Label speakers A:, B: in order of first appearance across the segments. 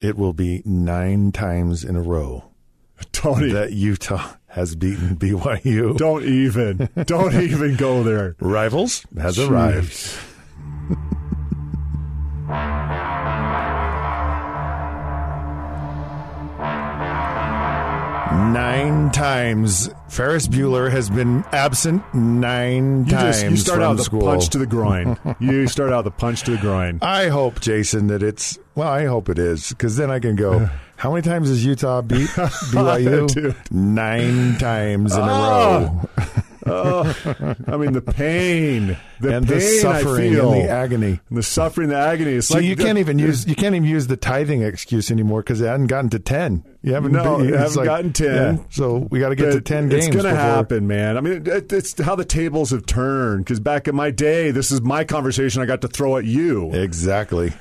A: it will be nine times in a row
B: Don't even.
A: that Utah has beaten BYU.
B: Don't even. Don't even go there.
A: Rivals has
B: Jeez.
A: arrived. Nine times. Ferris Bueller has been absent nine
B: You
A: times
B: just you start
A: from
B: out the
A: school.
B: punch to the groin. you start out the punch to the groin.
A: I hope, Jason, that it's well. I hope it is because then I can go. How many times has Utah beat
B: Dude.
A: BYU? Nine times in
B: Ah,
A: a
B: I mean the pain, the
A: row, and
B: pain
A: the
B: I
A: suffering
B: feel,
A: and the agony.
B: And the suffering, the agony. It's
A: So
B: like
A: you can't even use you can't even use the tithing excuse anymore because it hadn't gotten to ten. You haven't
B: No,
A: been-
B: it
A: it's
B: haven't gotten 10.
A: so we got to get to
B: But
A: ten games.
B: It's going to
A: before-
B: happen, man. I mean, it, it's how the tables have turned. Because back in my day, this is my conversation I got to throw at you,
A: Exactly.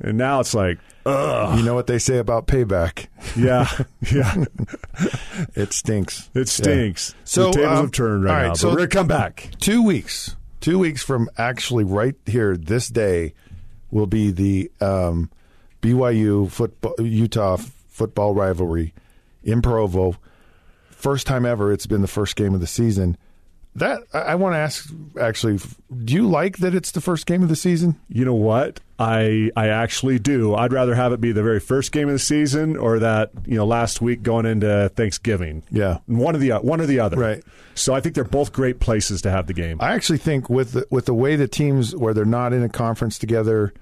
B: and now it's like, ugh,
A: You know what they say about payback?
B: yeah, yeah,
A: It stinks.
B: it stinks.
A: So,
B: the tables
A: um,
B: have turned right,
A: all right,
B: now.
A: so-
B: but we're gonna come back.
A: Two weeks. Two weeks from actually right here this day will be the um, BYU football Utah f- football rivalry in Provo. First time ever. It's been the first game of the season. That I, I want to ask. Actually, f- do you like that it's the first game of the season?
B: You know what? I I actually do. I'd rather have it be the very first game of the season or that you know last week going into Thanksgiving.
A: Yeah.
B: one of the o- one or the other.
A: Right.
B: So I think they're both great places to have the game.
A: I actually think with the, with the way the teams where they're not in a conference together,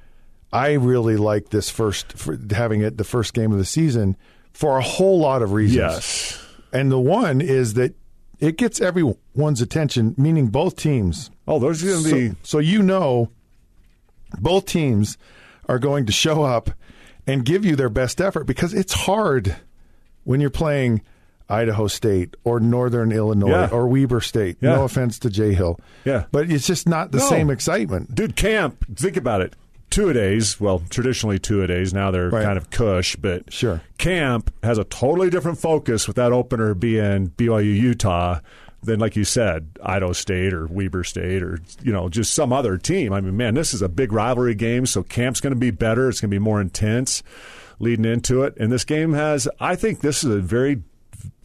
A: I really like this first for having it the first game of the season for a whole lot of reasons.
B: yes.
A: And the one is that it gets everyone's attention, meaning both teams.
B: Oh, those are going to be
A: So, so you know both teams are going to show up and give you their best effort because it's hard when you're playing Idaho State or Northern Illinois
B: Yeah.
A: or Weber State.
B: Yeah.
A: No offense to Jay Hill.
B: Yeah.
A: But it's just not the
B: No.
A: same excitement.
B: dude camp. Think about it. Two a days. Well, traditionally two a days. Now they're
A: Right.
B: kind of cush, but
A: Sure.
B: camp has a totally different focus with that opener being BYU Utah than like you said Idaho State or Weber State or you know just some other team. I mean, man, this is a big rivalry game, so camp's going to be better. It's going to be more intense leading into it, and this game has. I think this is a very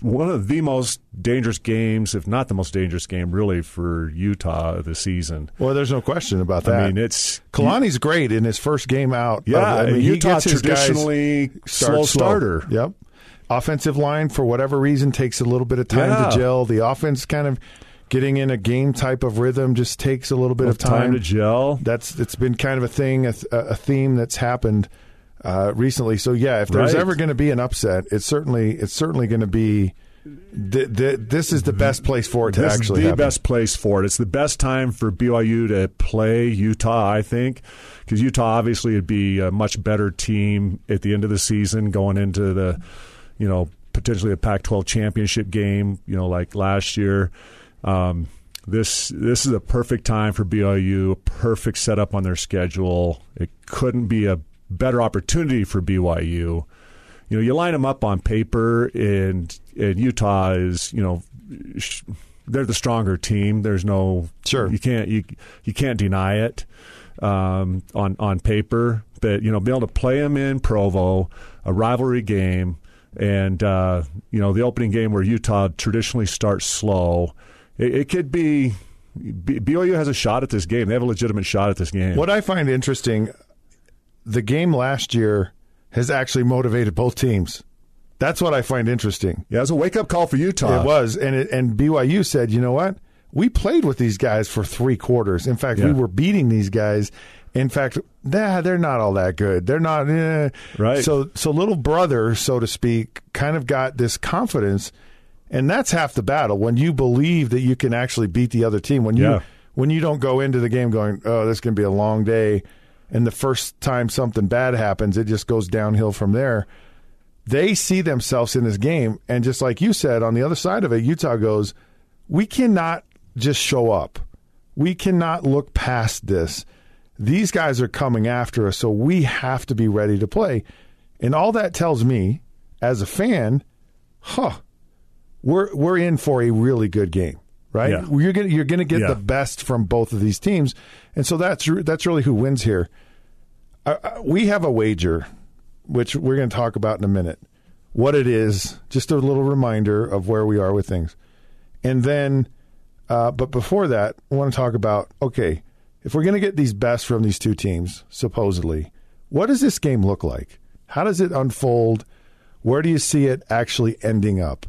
B: one of the most dangerous games, if not the most dangerous game, really for Utah of the season.
A: Well, there's no question about that.
B: I mean, it's
A: Kalani's great in his first game out.
B: yeah,
A: I mean,
B: and
A: he
B: Utah
A: gets his guys-
B: traditionally
A: Start
B: slow starter.
A: Yep. Offensive line, for whatever reason, takes a little bit of time
B: Yeah.
A: to gel. The offense kind of getting in a game type of rhythm just takes a little bit of time.
B: Time to gel.
A: That's it's been kind of a thing, a, th- a theme that's happened uh, recently. So yeah, if there's
B: Right.
A: ever going to be an upset, it's certainly it's certainly going to be. Th- th- this is the best place for it to
B: This is
A: actually
B: the
A: happen.
B: best place for it. It's the best time for BYU to play Utah, I think, because Utah obviously would be a much better team at the end of the season, going into the, you know, potentially a Pac-12 championship game, you know, like last year. Um, this this is a perfect time for BYU. A perfect setup on their schedule. It couldn't be a better opportunity for BYU. You know, you line them up on paper, and and Utah is you know sh- they're the stronger team. There's no
A: Sure.
B: you can't you you can't deny it um, on on paper, but you know being able to play them in Provo, a rivalry game, and uh, you know the opening game where Utah traditionally starts slow, it, it could be. B- BYU has a shot at this game. They have a legitimate shot at this game.
A: What I find interesting, the game last year has actually motivated both teams. That's what I find interesting.
B: Yeah, it was a wake up call for Utah.
A: It was, and it, and BYU said, you know what? We played with these guys for three quarters. In fact, we
B: Yeah.
A: were beating these guys. In fact, nah, they're not all that good. They're not eh.
B: Right.
A: So, so little brother, so to speak, kind of got this confidence, and that's half the battle. When you believe that you can actually beat the other team, when you
B: Yeah.
A: when you don't go into the game going, oh, this is going to be a long day, and the first time something bad happens, it just goes downhill from there they see themselves in this game. And just like you said, on the other side of it, Utah goes, we cannot just show up. We cannot look past this. These guys are coming after us, so we have to be ready to play. And all that tells me, as a fan, huh, we're we're in for a really good game, right?
B: Yeah.
A: You're gonna you're gonna get
B: Yeah.
A: the best from both of these teams, Uh, and so that's re- that's really who wins here. I, I, we have a wager which we're going to talk about in a minute, what it is, just a little reminder of where we are with things. And then, uh, but before that, I want to talk about okay, if we're going to get these best from these two teams, supposedly, what does this game look like? How does it unfold? Where do you see it actually ending up?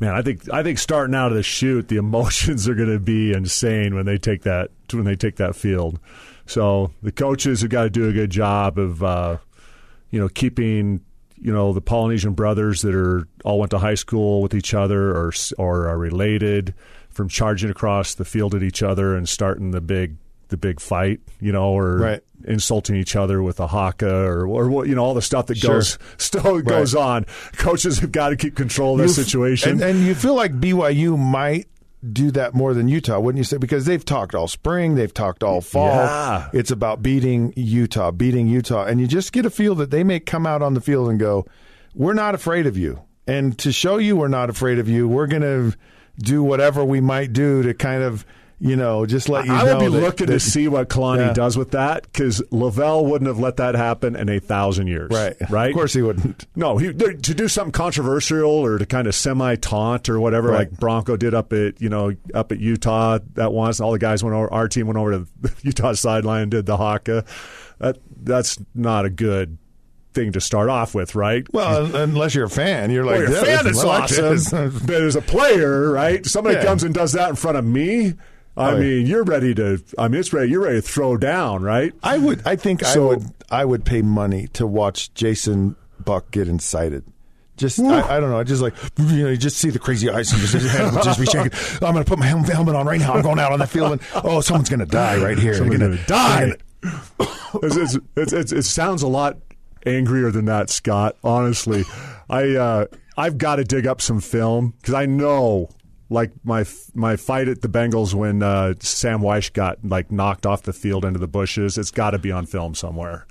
B: Man, I think I think starting out of the shoot, the emotions are going to be insane when they take that when they take that field. So the coaches have got to do a good job of uh, you know keeping you know the Polynesian brothers that are all went to high school with each other or or are related from charging across the field at each other and starting the big the big fight, you know, or
A: Right.
B: insulting each other with a haka or or what you know all the stuff that goes still goes on. Coaches have got to keep control of that
A: You f-
B: situation.
A: And, and you feel like BYU might do that more than Utah, wouldn't you say? Because they've talked all spring, they've talked all fall.
B: Yeah.
A: It's about beating Utah, beating Utah. And you just get a feel that they may come out on the field and go, We're not afraid of you. And to show you we're not afraid of you, we're going to do whatever we might do to kind of, you know, just let you
B: I
A: know.
B: would be
A: that-
B: looking to
A: that-
B: see what Kalani
A: Yeah.
B: does with that because Lavelle wouldn't have let that happen in a thousand years.
A: Right.
B: Right.
A: Of course he wouldn't.
B: No, he, there- to do something controversial or to kind of semi taunt or whatever,
A: Right.
B: like Bronco did up at you know up at Utah that once. All the guys went over. Our team went over to the Utah sideline and did the haka. That that's not a good thing to start off with, right?
A: Well, un- unless you're a fan, you're like,
B: Well, you're a
A: "Yeah,
B: fan,
A: this-
B: it's
A: I like this."
B: awesome. but as a player, right? Somebody
A: Yeah.
B: comes and does that in front of me. I
A: Oh, yeah.
B: mean, you're ready to. I mean, it's ready. You're ready to throw down, right?
A: I would. I think
B: So-
A: I would. I would pay money to watch Jason Buck get incited. Just I, I don't know. I just like you know. You just see the crazy eyes and just his hand would just be shaking. I'm going to put my hel- helmet on right now. I'm going out on the field and oh, someone's going to die right here. They're
B: We're
A: gonna-
B: gonna die. It's- it's- it's- it's- it sounds a lot angrier than that, Scott. Honestly, I uh, I've got to dig up some film because I know, like my f- my fight at the Bengals when uh, Sam Weish got like knocked off the field into the bushes. It's got to be on film somewhere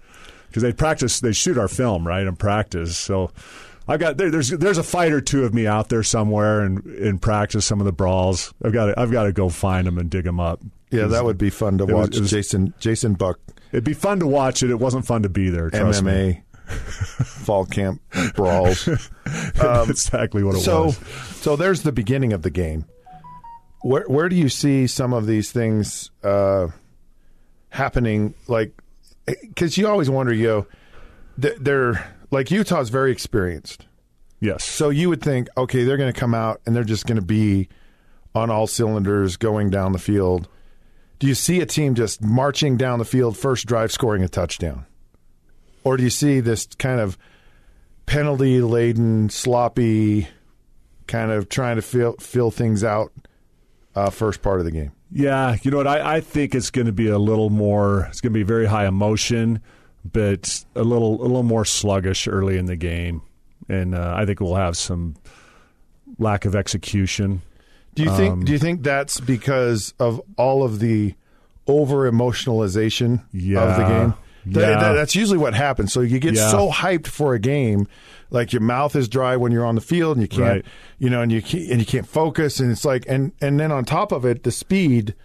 B: because they practice they shoot our film right in practice. So. I've got there, there's there's a fight or two of me out there somewhere and in practice some of the brawls. I've got to, I've got to go find them and dig them up.
A: Yeah, that would be fun to
B: was-
A: watch.
B: it was-
A: Jason Jason Buck
B: It'd be fun to watch it. It wasn't fun to be there. Trust me.
A: MMA fall camp brawls.
B: That's exactly what it
A: so
B: was.
A: so there's the beginning of the game. Where where do you see some of these things uh, happening? Like, because you always wonder, you know, th- they're like Utah's very experienced,
B: Yes.
A: so you would think, okay, they're going to come out and they're just going to be on all cylinders going down the field. Do you see a team just marching down the field, first drive, scoring a touchdown? Or do you see this kind of penalty laden, sloppy, kind of trying to fill, fill things out uh, first part of the game?
B: Yeah. You know what? I, I think it's going to be a little more. It's going to be very high emotion, but a little a little more sluggish early in the game, and uh, I think we'll have some lack of execution.
A: Do you think
B: Um,
A: do you think that's because of all of the over emotionalization of the
B: Yeah.
A: game? That-
B: Yeah.
A: that- that's usually what happens. So you get
B: Yeah.
A: so hyped for a game, like your mouth is dry when you're on the field, and you can't,
B: Right.
A: you know, and you can't, and you can't focus, and it's like, and and then on top of it, the speed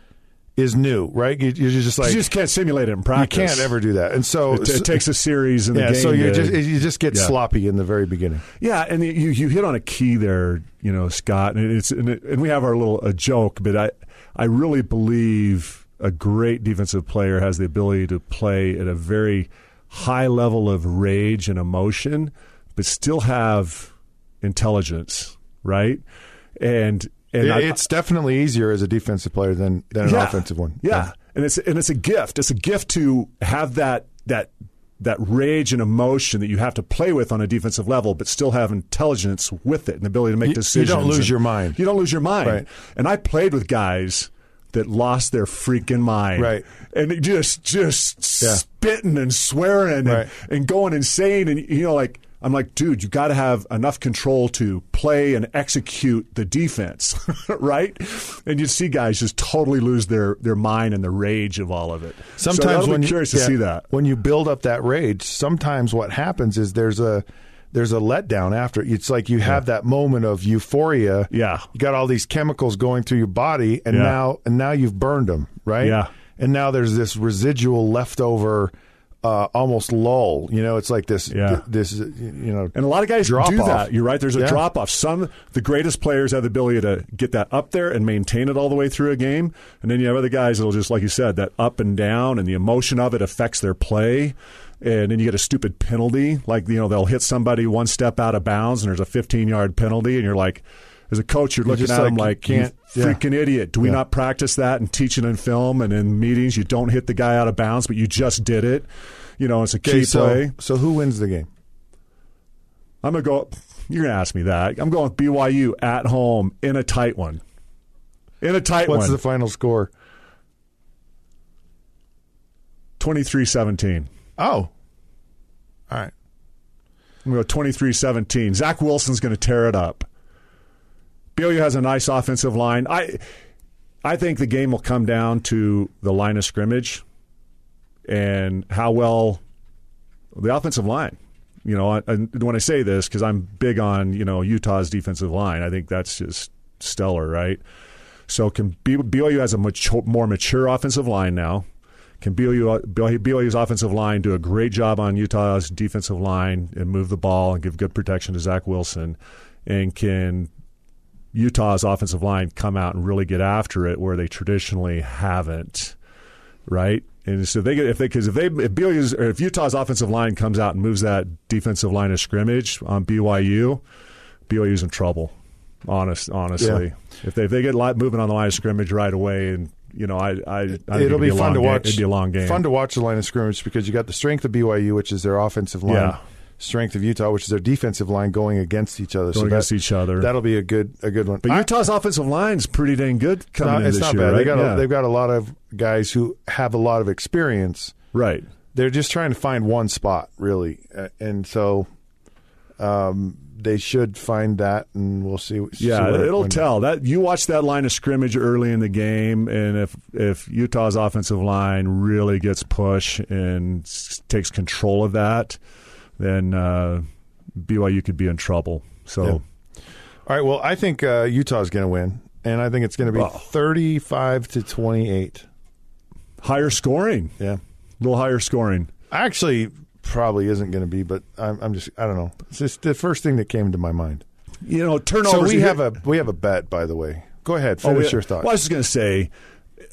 A: is new, right? You, you're just like
B: you just can't simulate it in
A: you
B: practice.
A: can't ever do that, and so
B: It, it takes a series in the
A: yeah,
B: game.
A: so you
B: to-
A: just you just get
B: Yeah.
A: sloppy in the very beginning.
B: Yeah, and you you hit on a key there, you know, Scott, and it's and, it, and we have our little a joke, but I I really believe a great defensive player has the ability to play at a very high level of rage and emotion, but still have intelligence, right? And and
A: It-
B: I-
A: it's definitely easier as a defensive player than than an
B: yeah.
A: offensive one.
B: Yeah. and it's and it's a gift. It's a gift to have that that that rage and emotion that you have to play with on a defensive level, but still have intelligence with it and ability to make
A: You- you don't
B: decisions.
A: lose
B: and-
A: your mind.
B: You don't lose your mind.
A: Right.
B: And I played with guys that lost their freaking mind.
A: Right.
B: And it just just
A: Yeah.
B: spitting and swearing and,
A: Right.
B: and going insane and you know like I'm like, dude, you got to have enough control to play and execute the defense, right? And you see guys just totally lose their, their mind and the rage of all of it. So
A: Sometimes
B: that'll be
A: when
B: curious
A: you,
B: to
A: yeah,
B: see that.
A: when you build up that rage, sometimes what happens is there's a there's a letdown after. It's like you have that moment of euphoria.
B: Yeah.
A: you got all these chemicals going through your body, and
B: Yeah.
A: now and now you've burned them, right?
B: Yeah.
A: and now there's this residual leftover uh, almost lull. You know, it's like this.
B: Yeah.
A: th- this you know.
B: And a lot of guys
A: Drop
B: do
A: off.
B: that. You're right. There's a
A: Yeah.
B: drop off. Some the greatest players have the ability to get that up there and maintain it all the way through a game, and then you have other guys that'll just like you said that up and down, and the emotion of it affects their play. And then you get a stupid penalty, like you know they'll hit somebody one step out of bounds, and there's a 15 yard penalty, and you're like, as a coach, you're looking
A: just
B: at them
A: like,
B: like,
A: you
B: you
A: can't- yeah.
B: freaking idiot. Do we
A: Yeah.
B: not practice that and teach it in film and in meetings? You don't hit the guy out of bounds, but you just did it. You know, it's a key
A: Okay, so
B: play.
A: so who wins the game?
B: I'm gonna go. You're gonna ask me that. I'm going with BYU at home in a tight one. In a tight
A: What's
B: one,
A: the final score?
B: 23-17.
A: Oh, all right.
B: I'm going to go 23-17. Zach Wilson's going to tear it up. BYU has a nice offensive line. I, I think the game will come down to the line of scrimmage and how well the offensive line. You know, I- and when I say this, because I'm big on you know Utah's defensive line, I think that's just stellar, right? So can B- BYU has a much more mature offensive line now. Can BYU, BYU's offensive line do a great job on Utah's defensive line and move the ball and give good protection to Zach Wilson? And can Utah's offensive line come out and really get after it where they traditionally haven't, right? And so they get if they because if they if BYU's or if Utah's offensive line comes out and moves that defensive line of scrimmage on BYU, BYU's in trouble. Honest, honestly, if they if they get li- moving on the line of scrimmage right away, and you know, I I, I think
A: It'll
B: it'd
A: be,
B: a
A: fun
B: long
A: to
B: game.
A: watch.
B: It'd be a long game.
A: Fun to watch the line of scrimmage because you got the strength of BYU, which is their offensive line,
B: Yeah.
A: strength of Utah, which is their defensive line, going against each other.
B: going against each other.
A: That'll be a good a good one.
B: But
A: I-
B: Utah's offensive line's pretty dang good coming
A: no,
B: in
A: it's
B: this
A: not
B: year,
A: bad. They
B: right?
A: got
B: Yeah.
A: a, they've got a lot of guys who have a lot of experience.
B: right.
A: They're just trying to find one spot, really, Uh, and so um, they should find that, and we'll see. see
B: Yeah,
A: where it-
B: it'll
A: when-
B: tell that you watch that line of scrimmage early in the game, and if if Utah's offensive line really gets push and s- takes control of that, then uh, BYU could be in trouble. So
A: All right. Well, I think uh, Utah's going to win, and I think it's going to be
B: Oh.
A: thirty-five to twenty-eight.
B: higher scoring,
A: Yeah.
B: a little higher scoring.
A: Actually, probably isn't going to be, but I'm, I'm just I don't know. It's just the first thing that came to my mind.
B: You know,
A: So
B: turnovers.
A: we
B: You-
A: have a we have a bet, by the way. Go ahead,
B: Oh,
A: finish
B: yeah.
A: your thought.
B: Well, I was just going to say,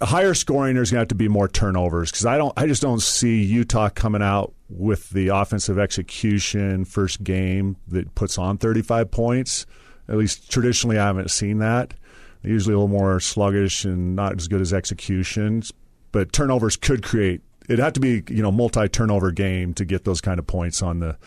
B: higher scoring. There's going to have to be more turnovers because I don't. I just don't see Utah coming out with the offensive execution first game that puts on 35 points. At least traditionally, I haven't seen that. They're usually a little more sluggish and not as good as executions. But turnovers could create. It'd have to be you know multi turnover game to get those kind of points on the.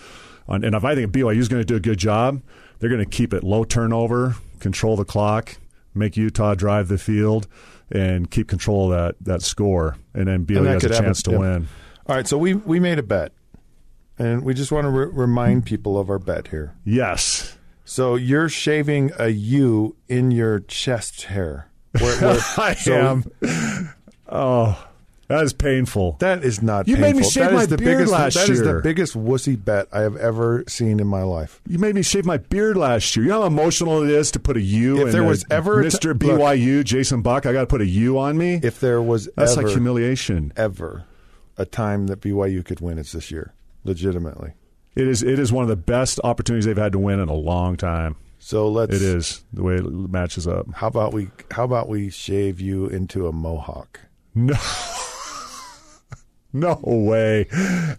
B: On, and if I think BYU is going to do a good job, they're going to keep it low turnover, control the clock, make Utah drive the field and keep control of that, that score, and then BYU
A: And that
B: has a
A: could happen,
B: chance to
A: yeah.
B: win.
A: All right, so we we made a bet, and we just want to re- remind people of our bet here.
B: Yes.
A: So you're shaving a U in your chest hair. Where, where-
B: I
A: so
B: am. Oh, that is painful.
A: That is not.
B: You made me
A: painful.
B: shave
A: That is
B: my
A: the
B: beard
A: biggest,
B: last
A: That is the
B: year.
A: biggest wussy bet I have ever seen in my life.
B: You made me shave my beard last year. You know how emotional it is to put a U
A: If
B: in
A: there
B: a
A: was ever a ti-
B: Mr.
A: look.
B: BYU, Jason Buck, I got to put a U on me?
A: If there was
B: That's
A: ever,
B: like humiliation.
A: ever a time that BYU could win, it's this year, legitimately.
B: It is, it is one of the best opportunities they've had to win in a long time.
A: So let's.
B: It is the way it matches up.
A: How about we? How about we shave you into a mohawk?
B: No. No way.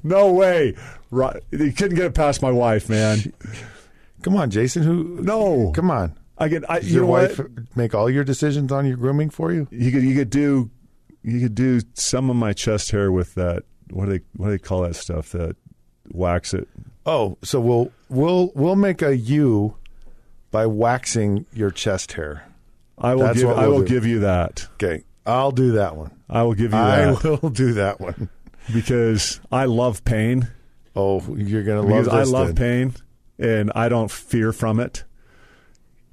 B: No way. Right. You couldn't get it past my wife, man.
A: Come on, Jason. Who?
B: No.
A: Come on.
B: I could I,
A: Does
B: you
A: your
B: know
A: wife
B: what?
A: make all your decisions on your grooming for you?
B: You could you could do you could do some of my chest hair with that what do they what do they call that stuff that wax it.
A: Oh, so we'll we'll we'll make a U by waxing your chest hair.
B: I will
A: That's
B: give
A: what
B: I
A: we'll
B: will
A: do.
B: give you that.
A: Okay, I'll do that one.
B: I will give you
A: I
B: that
A: will do that one.
B: because I love pain.
A: Oh, you're gonna love
B: Because
A: this.
B: I
A: then.
B: love pain and I don't fear from it.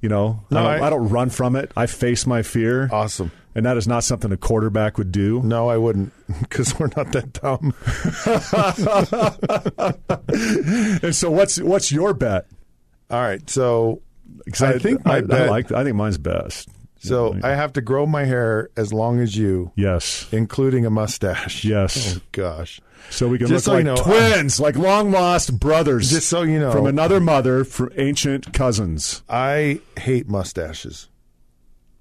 B: You know,
A: No,
B: I, don't,
A: I-
B: I, don't run from it. I face my fear.
A: Awesome.
B: And that is not something a quarterback would do.
A: No, I wouldn't, because we're not that dumb.
B: And so, what's what's your bet?
A: All right, so
B: 'Cause
A: I think my
B: I,
A: bet-
B: I, like, I think mine's best.
A: So I have to grow my hair as long as you,
B: Yes.
A: including a mustache.
B: Yes.
A: Oh gosh.
B: So we can
A: Just
B: look
A: so
B: like
A: you know,
B: twins, like long lost brothers.
A: Just so you know,
B: from another mother, from ancient cousins.
A: I hate mustaches.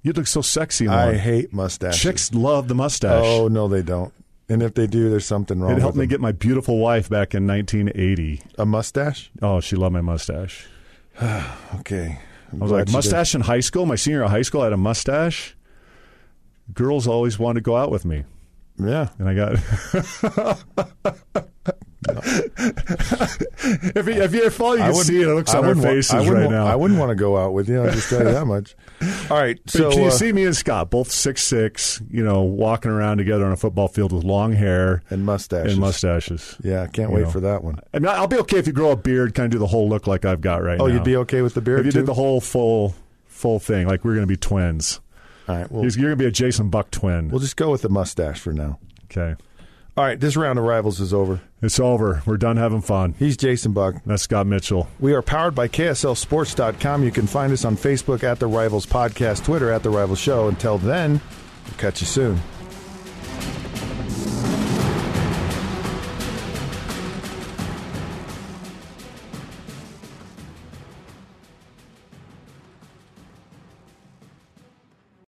B: You look so sexy. in
A: I
B: one.
A: hate mustaches.
B: Chicks love the mustache.
A: Oh no, they don't. And if they do, there's something wrong.
B: it helped
A: with
B: me get my beautiful wife back in 1980.
A: them. a mustache.
B: Oh, she loved my mustache.
A: Okay.
B: I was like, mustache in high school? My senior year of high school, I had a mustache. Girls always wanted to go out with me.
A: Yeah.
B: And I got. if, you, if you follow, you can see it. It looks
A: I
B: on our
A: wouldn't wa-
B: faces
A: I wouldn't
B: right
A: wa-
B: now.
A: I wouldn't want to go out with you. I'll just tell you that much. All right. So
B: But can you
A: uh,
B: see me and Scott, both six six, you know, walking around together on a football field with long hair
A: and mustaches.
B: and mustaches?
A: Yeah, I can't
B: You
A: wait
B: know.
A: for that one.
B: I mean, I'll be okay if you grow a beard, kind of do the whole look like I've got right
A: Oh,
B: now.
A: you'd be okay with the beard
B: if you
A: too.
B: did the whole full full thing, like we're going to be twins.
A: All right. We'll,
B: You're going to be a Jason Buck twin.
A: we'll just go with the mustache for now.
B: Okay,
A: All right. This round of rivals is over.
B: it's over. We're done having fun.
A: He's Jason Buck.
B: That's Scott Mitchell.
A: We are powered by KSLSports.com. You can find us on Facebook at The Rivals Podcast, Twitter at The Rivals Show. Until then, we'll catch you soon.